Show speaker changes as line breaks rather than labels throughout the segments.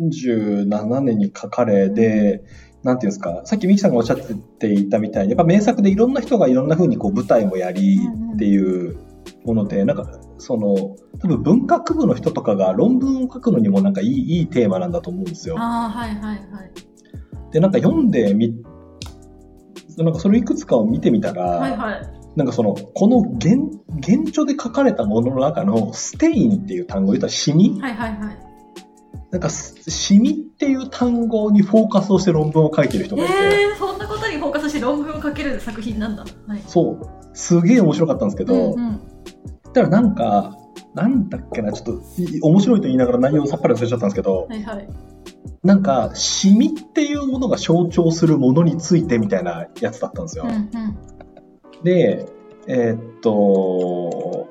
1947年に書かれで、なんていうんですか、さっきミキさんがおっしゃっていたみたいに、やっぱ名作でいろんな人がいろんな風にこう舞台もやりっていうもので、なんか、その、多分文学部の人とかが論文を書くのにもなんかいいいいテーマなんだと思うんですよ。
ああ、はいはいはい。
で、なんか読んでみ、なんかそれいくつかを見てみたら、
はいはい。
なんかその、この原、原著で書かれたものの中の、ステインっていう単語、言ったらシミ
はいはいはい。
なんかす、シミっていう単語にフォーカスをして論文を書いてる人がいて、
えー、そんなことにフォーカスして論文を書ける作品なんだ。はい。
そう、すげえ面白かったんですけど、
うんうん。
だからなんか、なんだっけな、ちょっと、い面白いと言いながら内容さっぱり忘れちゃったんですけど、
はいはい。
なんか、シミっていうものが象徴するものについてみたいなやつだったんですよ。
うんうん。
で、えーっと、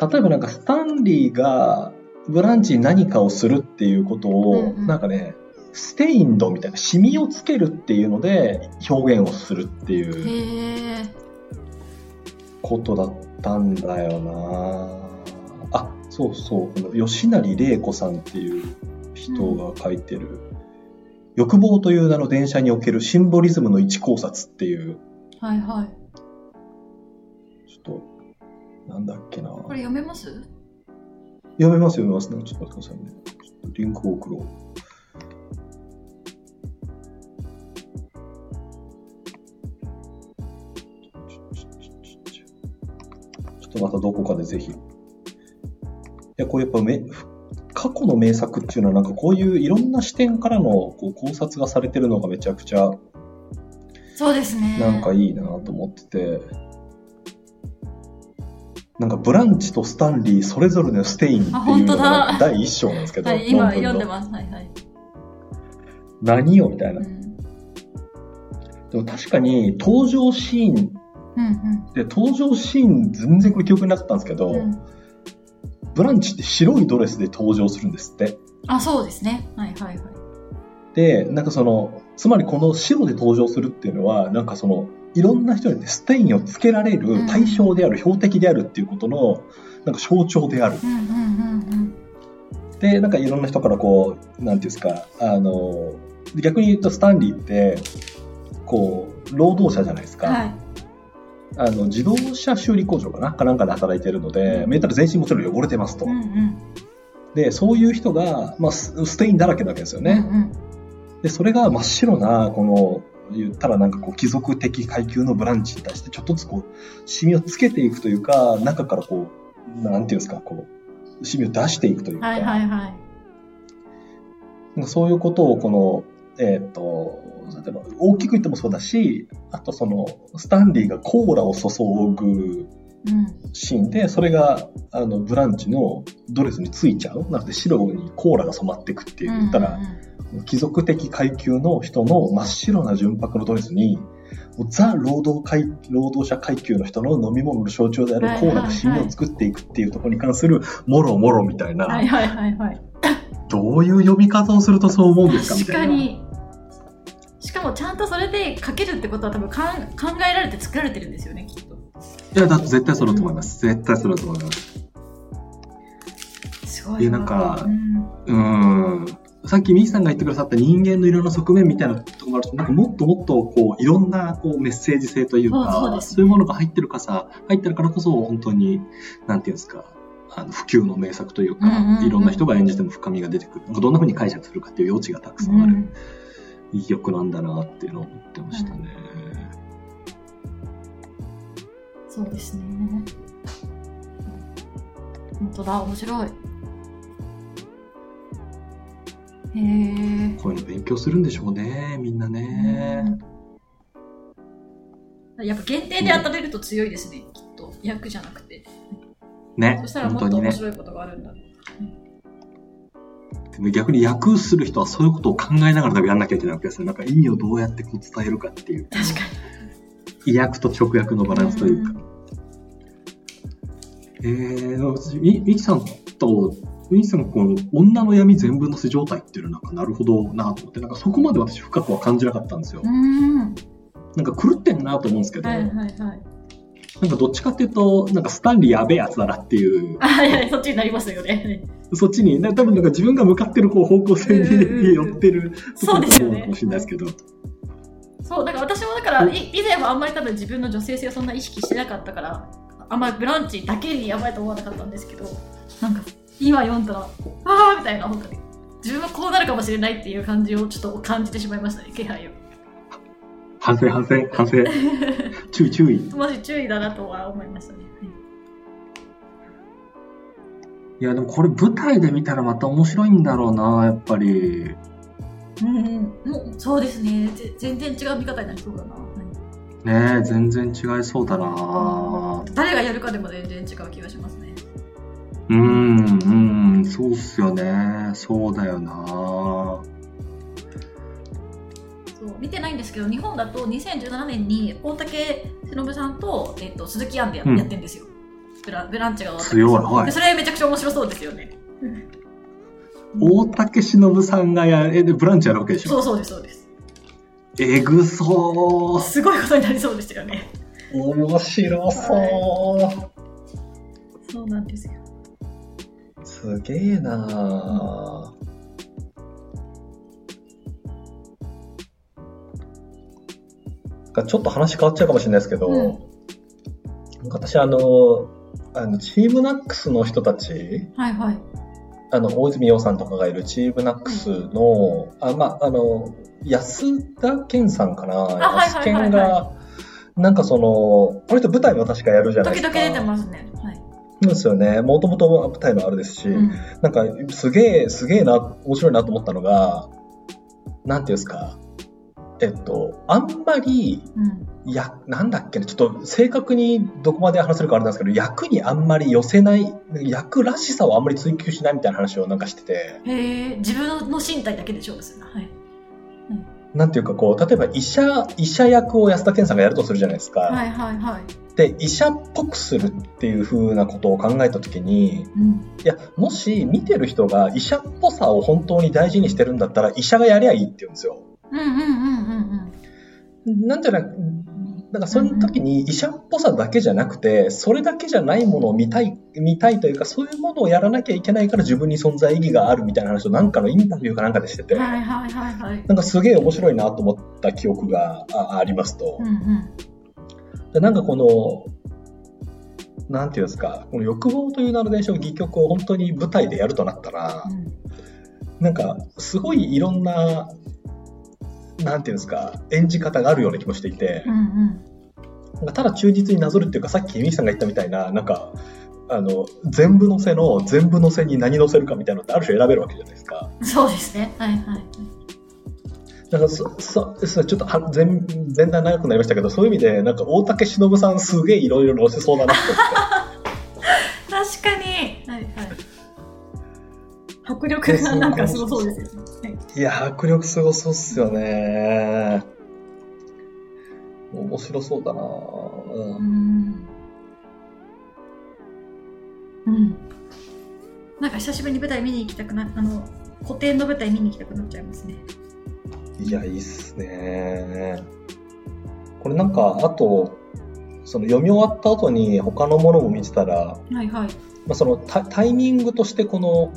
例えばなんかスタンリーがブランチに何かをするっていうことを、
うんうん
なんかね、ステインドみたいな、シミをつけるっていうので表現をするっていう
へえ。
ことだったんだよなあ、そうそう、この吉成玲子さんっていう人が書いてる、欲望という名の電車におけるシンボリズムの一考察っていう、
はいはい。
ちょっと、なんだっけな
これ読めます
読めます読めますね。ちょっと待ってくださいね。ちょっとリンクを送ろう。ちょっとまたどこかでぜひ。いや、こうやっぱめ、過去の名作っていうのはなんかこういういろんな視点からのこう考察がされてるのがめちゃくちゃ
そうですね。
なんかいいなと思ってて、なんかブランチとスタンリーそれぞれのステインって
あ
いう
本
の
当だ
が第一章なんですけど、
はい、今
論文の
読んでます。はいはい。
何よみたいうな。で
ん
も確かに登場シーン
うん
で登場シーン全然これ記憶になかったんですけど、
うんうん。
ブランチって白いドレスで登場するんですって。
あ、そうですね。はいはいはい。
で、なんかその、つまりこの白で登場するっていうのは、なんかその、いろんな人にねステインをつけられる対象である、標的であるっていうことの、なんか象徴である。
うんうんうんうん。
で、なんかいろんな人からこう、なんていうんですか、あの、逆に言うとスタンリーって、こう、労働者じゃないですか。
はい。
あの、自動車修理工場かなかなんかで働いてるので、メンタル全身もちろん汚れてますと。
うんうん。
で、そういう人が、まあ、スステインだらけなわけですよ
うんう
ね。
ん。
で、それが真っ白な、この、言ったらなんかこう貴族的階級のブランチに対してちょっとずつこうシミをつけていくというか中からこうなんていうんですかこうシミを出していくというか、
はいはいはい。
そういうことをこの、えーっと、例えば大きく言ってもそうだし、あとその、スタンリーがコーラを注ぐ
うん。
シーンで、それが、あの、ブランチのドレスについちゃう。なので白にコーラが染まってくって言った
う
ら
ん、うん
貴族的階級の人の真っ白な純白のドレスに、もうザ労働階労働者階級の人の飲み物の象徴であるコーラがシミを作っていくっていうところに関するもろもろみたい
うんは
な、
いはいはいはい。
どういう呼び方をするとそう思うんですかみ
確
た
か
いな。
に。しかもちゃんとそれで書けるってことは多分かん考えられて作られてるんですよね、きっと。
いや、だって絶対そうだと思います。絶対そうだと思います。
すごい。
いやなんか
う
う
ん
ーん。さっきミキさんが言ってくださった人間のいろんな側面みたいなところもあると、なんかもっともっとこう、いろんなこうメッセージ性というか、
そうそうですね
いうものが入ってるかさ、入ってるからこそ本当に、なんていうんですか、あの、普及の名作というか、
うんうんうん
いろんな人が演じても深みが出てくる。なんかどんな風に解釈するかっていう余地がたくさんあ
う
る
ん
意欲なんだなっていうのを思ってましたね。
そうですね。本当だ、面白い。へえ。
こういうの勉強するんでしょうね、みんなね。
やっぱ限定で当たれると強いですね、きっと。役じゃなくて。
ね
そ、したら
本
も
当
っと
に
面
ね。
白いことがあるんだろう。
でも逆に訳する人はそういうことを考えながら多分やんなきゃいけないわけですよ。なんか意味をどうやってこう伝えるかっていう。
確か
意訳と直訳のバランスというか。えー、みみきさんと、みきさんのこの女の闇全部のせ状態っていうのはなんかなるほどなと思って、なんかそこまで私深くは感じなかったんですよ
に。う。ん。
なんか狂ってんなと思うんですけど、
はい
なんか
はいはい。
どっちかっていうと、なんかスタンリーやべえやつだなっていう
あ、はいはい、そっちになりますよね。
そっちに、な多分なんか自分が向かってるこう方向性
うんうんう
に
ん
寄ってるとこ
そう
ろ
です
か
よ
も
ね
かもしれないですけど、
そうだから私もだからい以前はあんまり多分自分の女性性をそんな意識してなかったからあんまりブランチだけにやばいと思わなかったんですけどなんか今読んだらああみたいな本当に自分はこうなるかもしれないっていう感じをちょっと感じてしまいましたね気配を
反省、反省、反 省、注意、注意。
マジ注意だなとは思いましたね、
いや、でもこれ舞台で見たらまた面白いんだろうな、やっぱり。
うんうんもうそうですねぜ全然違う見方になりそうだな、はい
ねえ、全然違いそうだな。
誰がやるかでも全然違う気がしますね
うん、うん、そうっすよね。そうだよな。
そう見てないんですけど日本だと2017年に大竹しのぶさんと,、えっと鈴木杏でや,、
うん
やってんですよブラブランチが終わった
強い、は
で
い。
それめちゃくちゃ面白そうですよね
大竹しのぶさんがやる、え、で、ブランチやるわけでし
そ
ょ。
うそうですそうです
えぐそう。
すごいことになりそうですよね
面白そ
そうなんですよ
う。すげえななんかちょっと話変わっちゃうかもしれないですけど、
うん
なんか私あの、あの、チームナックスの人たち、
はいはい
あの、大泉洋さんとかがいるチームナックスの、あ、まあ、あの、安田健さんかな
はい
安
はいはいは
健
い
が、なんかその、この人舞台も確かやるじゃないで
時
すか。
々出てますねはい、
そうですよね。もともと舞台のあれですし、
うん
なんか、すげえ、すげえな、面白いなと思ったのが、なんていうんですか、えっと、あんまり、
うん
いや、なんだっけね、ちょっと正確にどこまで話せるかあれなんですけど、役にあんまり寄せない、役らしさをあんまり追求しないみたいな話をなんかしてて、
へえ自分の身体だけで勝負するなはい
なんていうかこう、例えば医者、医者役を安田健さんがやるとするじゃないですか。
はいはいはい
で、医者っぽくするっていう風なことを考えたときに、
うん
いや、もし見てる人が医者っぽさを本当に大事にしてるんだったら、医者がやりゃいいって言うんですよ。
うんうんうんうんうん
なんじゃなく、なんかその時に医者っぽさだけじゃなくて、それだけじゃないものを見たい、見たいというか、そういうものをやらなきゃいけないから自分に存在意義があるみたいな話をなんかのインタビューかなんかでしてて、
はいはいはいはい
なんかすげえ面白いなと思った記憶があありますと
う。んうん
でなんかこの、なんていうんですか、この欲望という名の伝承、戯曲を本当に舞台でやるとなったら、
うん
なんか、すごいいろんな、なんていうんですか、演じ方があるような気もしていて
う、んうん
なんかただ忠実になぞるっていうか、さっきミキさんが言ったみたいな、なんか、あの、全部乗せの、全部乗せに何乗せるかみたいなのってある種選べるわけじゃないですか。
そうですね。はいはい。
なんかそ、そ、そちょっとは全、全体長くなりましたけど、そういう意味で、なんか大竹しのぶさんすげえいろいろ乗せそうだなって。
確かに。はいはい。迫力がなんかすごそうですよね。
いや、迫力すごそうっすよね。面白そうだなうん
うん。うん。なんか久しぶりに舞台見に行きたくな、あの、古典の舞台見に行きたくなっちゃいますね。
いや、いいっすね。これなんか、あと、その読み終わった後に他のものも見てたら、
はいはい。
まあ、そのタタイミングとしてこの、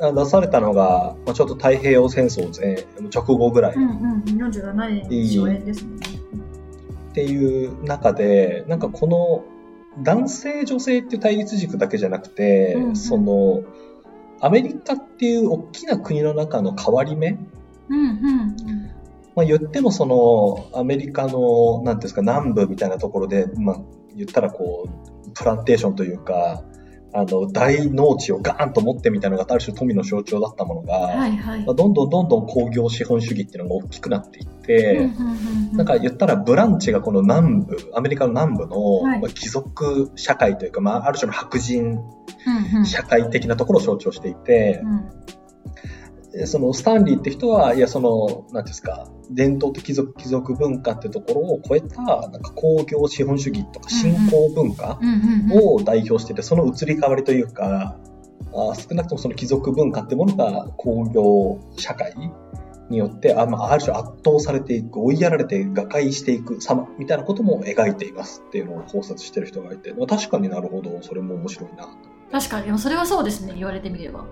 あ出されたのが、まあ、ちょっと太平洋戦争前直後ぐらい
うんうん。47年初演ですもんね。
っていう中で、なんかこの男性女性っていう対立軸だけじゃなくて、
うんうん
その、アメリカっていう大きな国の中の変わり目、
うんうん。
まあ、言ってもそのアメリカのなんていうんですか南部みたいなところで、まあ、言ったらこうプランテーションというかあの大農地をガーンと持ってみたいなのがある種富の象徴だったものが、
はいはい
まあ、。どんどんどんどん工業資本主義っていうのが大きくなっていって、
うんうんうんうん
なんか言ったらブランチがこの南部アメリカの南部の、
はい
まあ、貴族社会というか、まあ、ある種の白人
うんうん
社会的なところを象徴していて、
うん
でそのスタンリーって人は、いや、その、なんていうんですか、伝統と貴族、貴族文化ってところを超えた、なんか工業資本主義とか
うんうん
新興文化
うんうんうん
を代表してて、その移り変わりというか、あー少なくともその貴族文化ってものが工業社会によって、あまあ、ある種圧倒されていく、追いやられて瓦解していく様みたいなことも描いていますっていうのを考察してる人がいて、まあ確かになるほど、それも面白いな。
確かに、でもそれはそうですね、言われてみれば。はい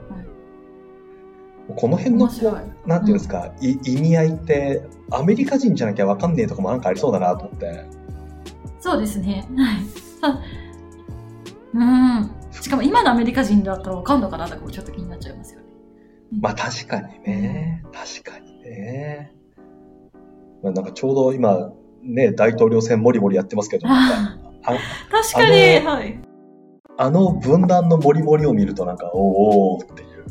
この辺の
面白い。
なんていうんですか、い意味合いってアメリカ人じゃなきゃ分かんねえとかもなんかありそうだなと思って
そうですね。はいさ。うん。しかも今のアメリカ人だったらわかんのかなとかもちょっと気になっちゃいますよね。
まあ確かにね確かにねまあなんかちょうど今ね大統領選もりもりやってますけどなんかあ
確かに、
あ
はい。
あの分断のもりもりを見るとなんかおーおーっていう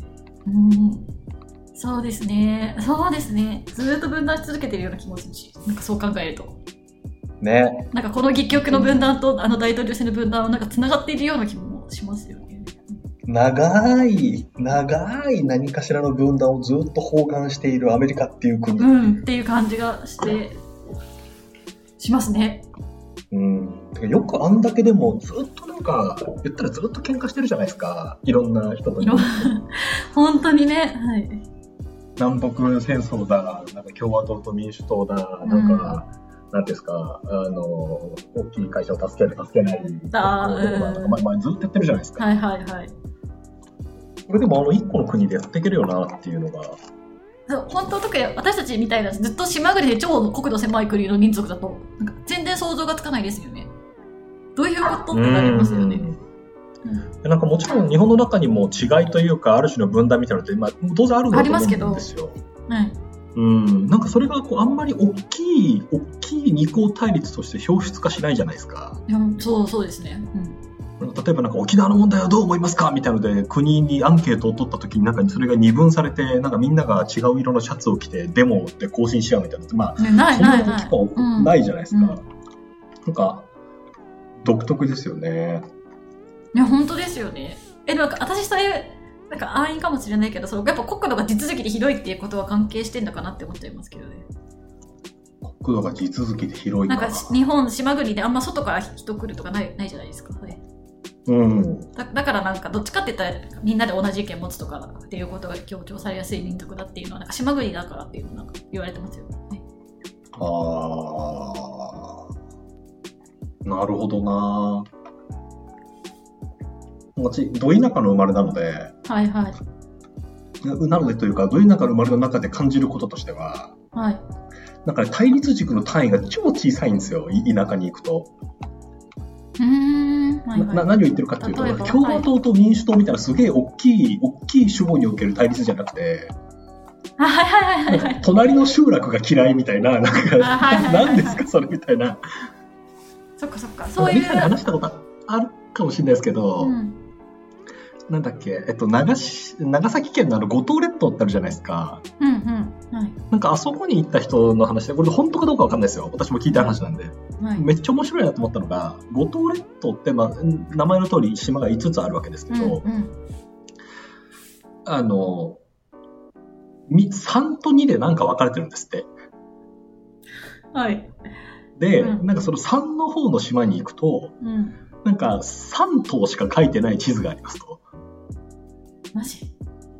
うん。そうですね。そうですね。ずーっと分断し続けてるような気もするし、なんかそう考えると。
ね
なんかこの戯曲の分断とあの大統領選の分断はなんか繋がっているような気もしますよね。
長い長い何かしらの分断をずっと包含しているアメリカっていう国
うん。っていう感じがして、しますね。
うん、てかよくあんだけでもずっとなんか言ったらずっと喧嘩してるじゃないですかいろんな人と
いろんな本当にね。はい。
南北戦争だなんか共和党と民主党だなんか、なんていうんですかあの大きい会社を助ける助けない
あ
と
ー
かなんか
うん
前々ずっとやってるじゃないですか、
はいはいはい。
これでもあの一個の国でやっていけるよなっていうのが
そう本当特に私たちみたいなずっと島国で超国土狭い国の民族だとなんか全然想像がつかないですよねどういうことってなりますよね
うんなんかもちろん日本の中にも違いというかある種の分断みたいなのって、まあ、当然あるんだと思うんですよ。
はい
うん、なんかそれがこうあんまり大きい大きい二項対立として表出化しないじゃないですか
いやそうそうですね、うん
例えばなんか沖縄の問題はどう思いますかみたいなので国にアンケートを取った時になんかそれが二分されてなんかみんなが違う色のシャツを着てデモで行進し合うみたいなのってまあ
ね、ない
そんな
ない
に
ない
結構ないじゃないですか、
うん
なんか独特ですよね
いや本当ですよねえなんか私それなんか安易かもしれないけどそのやっぱ国土が地続きで広いっていうことは関係してんのかなって思っちゃいますけどね
国土が地続きで広い
なん
から
かし日本島国であんま外から人来るとかないないじゃないですか、はい
うん
だだからなんかどっちかって言ったらみんなで同じ意見持つとかっていうことが強調されやすい民族だっていうのはなんか島国だからっていうのなんか言われてますよね。
ああなるほどな私ど田舎の生まれなので
はいはい
なのでというかど田舎の生まれの中で感じることとしては
はい。
なんかね対立軸の単位が超小さいんですよ、い田舎に行くと。
うーん。はい
なな
はい。
何を言ってるかっていうと、
例えば
共和党と民主党みたいなすげえ大きい、大きい主語における対立じゃなくて、
あはいはいはいは
なんか
い。
隣の集落が嫌いみたいな、なんか、
あはいはいはいは
何
い
ですかそれみたいな、
そっかそっか。そう
なんかみ
い
んなで
う。
話したことあるかもしれないですけど、
うん、
なんだっけ、えっと長し、長崎県のあの五島列島ってあるじゃないですか。
うんうんはい
なんかあそこに行った人の話で、これ本当かどうかわかんないですよ。私も聞いた話なんで。
はい
めっちゃ面白いなと思ったのが五島列島って、まあ、ん名前の通り島が5つあるわけですけ
うん
ど、
うん
あのみ3と2でなんか分かれてるんですって
はい
で、
うん
なんかその3の方の島に行くと
うん
なんか3島しか書いてない地図がありますと
マジ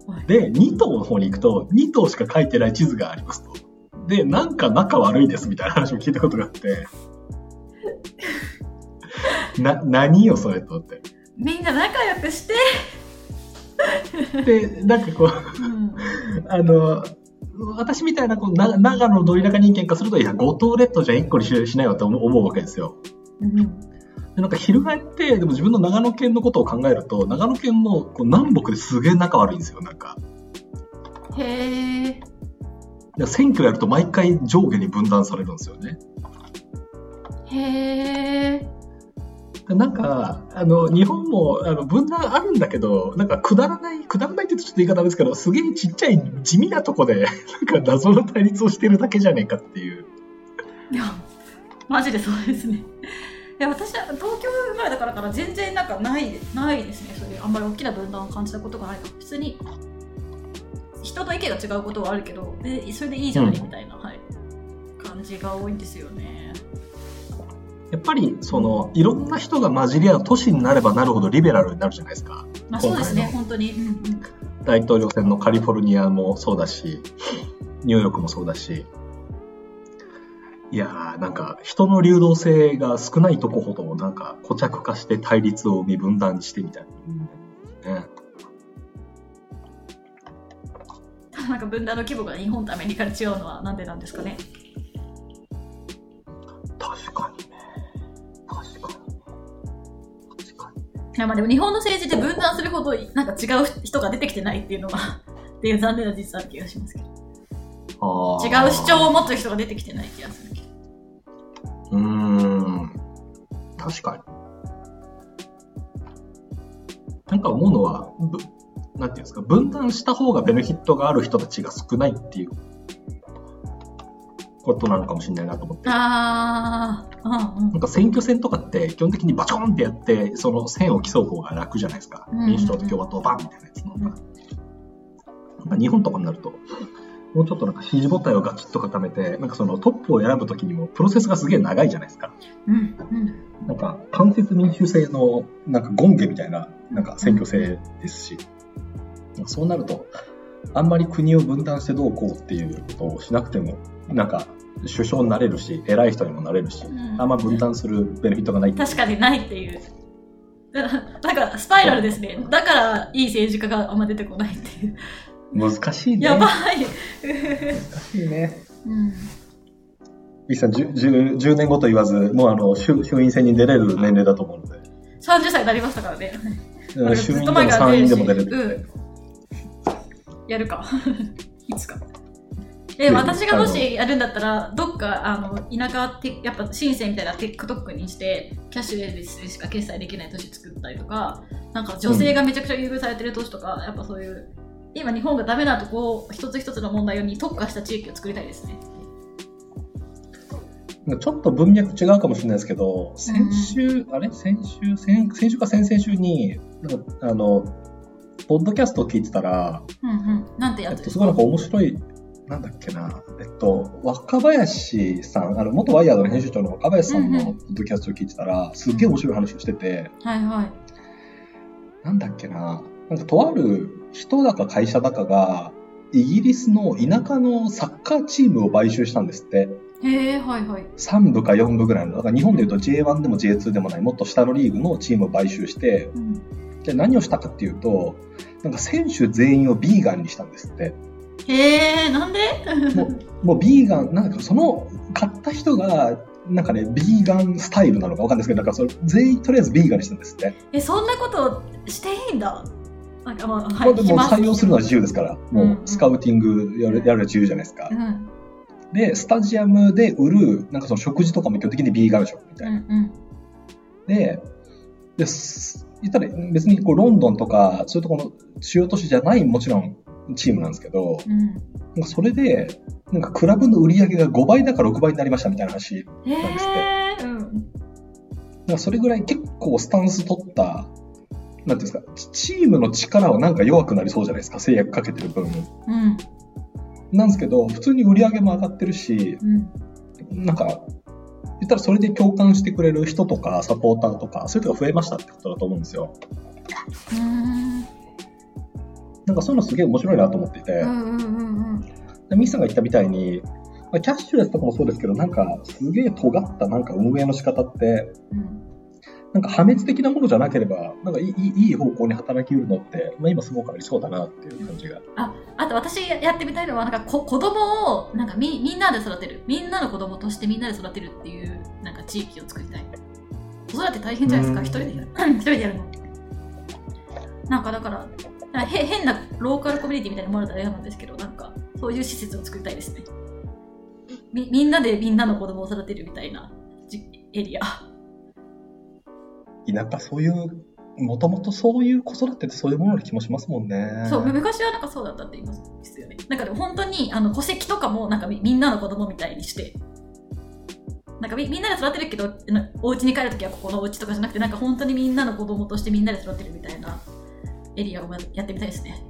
はい
で2島の方に行くと2島しか書いてない地図がありますとでなんか仲悪いですみたいな話も聞いたことがあって な何よそれと思って
みんな仲良くして。
でなんかこう
うん
あの、私みたいなこうな長野のど田舎人間からすると、いや、五島列島じゃ一個にししないわと思う思うわけですよ。
うん
でなんか翻って、でも自分の長野県のことを考えると、長野県もこう南北ですげえ仲悪いんですよ、なんか。
へえ。
で選挙やると毎回上下に分断されるんですよね。
へえ。
でなんか、あの、日本もあの分断あるんだけど、なんかくだらない、くだらないって言うとちょっと言い方ですけど、すげえちっちゃい地味なとこで、なんか謎の対立をしてるだけじゃねえかっていう。
いや、マジでそうですね。いや、私は東京生まれだからから全然なんかない、ないですね。そういうあんまり大きな分断を感じたことがないから、普通に。人と意見が違うことはあるけど、で、それでいいじゃない
うん
みたいな、はい。感じが多いんですよね。
やっぱりそのいろんな人が混じり合う都市になればなるほどリベラルになるじゃないですか
まあ、そうですね
今回、の
本当に。うんうん
大統領選のカリフォルニアもそうだしニューヨークもそうだしいやーなんか人の流動性が少ないとこほどなんか固着化して対立を未分断にしてみたいなね。
ただなんか分断の規模が日本とアメリカで違うのはなんでなんですかね
確かにね。確かに。確かに。
いやまあでも日本の政治で分断するほどなんか違う人が出てきてないっていうのは っていう残念な実は気がしますけど
あ
違
ー
う主張を持つ人が出てきてない気がするけど
うーん。確かに。なんか思うのは、ぶなんていうんですか、分断した方がベネフィットがある人たちが少ないっていうことなのかもしれないなと思って。
ああうんうん
なんか選挙戦とかって基本的にバチコンってやって、その線を競う方が楽じゃないですか。
うん
民主党と共和党バンみたいなやつの方が。なんか日本とかになると、もうちょっとなんか支持母体をガキッと固めて、なんかそのトップを選ぶときにもプロセスがすげえ長いじゃないですか。
うんうん
なんか、間接民主制の、なんか、権下みたいな、なんか、選挙制ですし、なんかそうなると、あんまり国を分断してどうこうっていうことをしなくても、なんか、首相になれるし、偉い人にもなれるし、
うん
あんま分断するベネフィットがない。
確かにないっていう だだからスパイラルですねだからいい政治家があんま出てこないっていう
難しいね。
やばい、
難しいね。
うん
ミキさん10、10 10年後と言わず、もうあの、衆衆院選に出れる年齢だと思うので、
30歳になりましたからね。
うん衆院でも参院でも出れる。
うん、やるか。 いつか。え、
うん
私がもしやるんだったら、どっか、あの、田舎て、やっぱ、深セみたいな TikTok にして、キャッシュレスでしか決済できない都市作ったりとか、なんか女性がめちゃくちゃ優遇されてる都市とか、やっぱそういう、今日本がダメなとこ、一つ一つの問題に特化した地域を作りたいですね。
ちょっと文脈違うかもしれないですけど、先週、あれ先週先、先週か先々週に、なんかあの、ポッドキャストを聞いてたら、
うんうん。なんて
え
や
っ
つ
と、すごいなんか面白い、なんだっけな、えっと、若林さん、あの、元ワイヤードの編集長の若林さん
うんう
の
ん
ポッドキャストを聞いてたら、すっげえ面白い話をしてて、
はいはい。
なんだっけな、なんかとある人だか会社だかが、イギリスの田舎のサッカーチームを買収したんですって。
へえ、はいはい。
3部か4部ぐらいの、だから日本でいうと J1 でも J2 でもない、もっと下のリーグのチームを買収して、
うん、
で何をしたかっていうと、なんか選手全員をビーガンにしたんですって。
へえ、なんで
もうもうビーガン、なんかその買った人が、なんかね、ビーガンスタイルなのかわかんないですけど、なんかそれ全員とりあえずビーガンにしたんですって。
えそんなことしていいんだなんかまあは
こ
い
れでもう
します
採用するのは自由ですから、
う
も
ん
うスカウティングやるやるのは自由じゃないですか
う。んうん
で、スタジアムで売る、なんかその食事とかも基本的にビーガン食みたいな。
うん
で、です言ったら別にこうロンドンとか、そういうところの主要都市じゃないもちろんチームなんですけど、
うん
なんかそれで、なんかクラブの売り上げが5倍だから6倍になりましたみたいな話、
へえうん
なんかそれぐらい結構スタンス取った、なんていうんですか、チチームの力はなんか弱くなりそうじゃないですか、制約かけてる分。
うん
なんですけど、普通に売り上げも上がってるし、
うん
なんか、言ったらそれで共感してくれる人とかサポーターとか、そういう人が増えましたってことだと思うんですよ。
うん
なんかそういうのすげえ面白いなと思っていて。
うんうんうんうん
でミキさんが言ったみたいに、まあ、キャッシュレスとかもそうですけど、なんかすげえ尖ったなんか運営の仕方って、
うん
なんか破滅的なものじゃなければ、なんかいいいいいい方向に働きうるのって、まあ、今すごくありそうだなっていう感じが。
あと私やってみたいのはなんかこ子供をなんかみみんなで育てるみんなの子供としてみんなで育てるっていうなんか地域を作りたい子育て大変じゃないですか
うん
一人でやる 一人でやるのなんかだからなんかへ変なローカルコミュニティみたいなのもあると嫌なんですけどなんかそういう施設を作りたいですねみみんなでみんなの子供を育てるみたいなじエリア
田舎そういう、もともとそういう子育てってそういうものな気もしますもんね。
そう昔はなんかそうだったって言いますよねなんかでも本当にあの戸籍とかもなんかみみんなの子供みたいにしてなんかみみんなで育てるけどあのお家に帰るときはここのお家とかじゃなくてなんか本当にみんなの子供としてみんなで育てるみたいなエリアをまずやってみたいですね、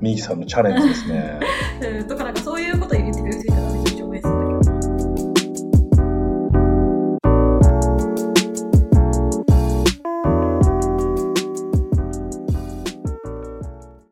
ミキさんのチャレンジですね。
うん、とかなんかそういうこと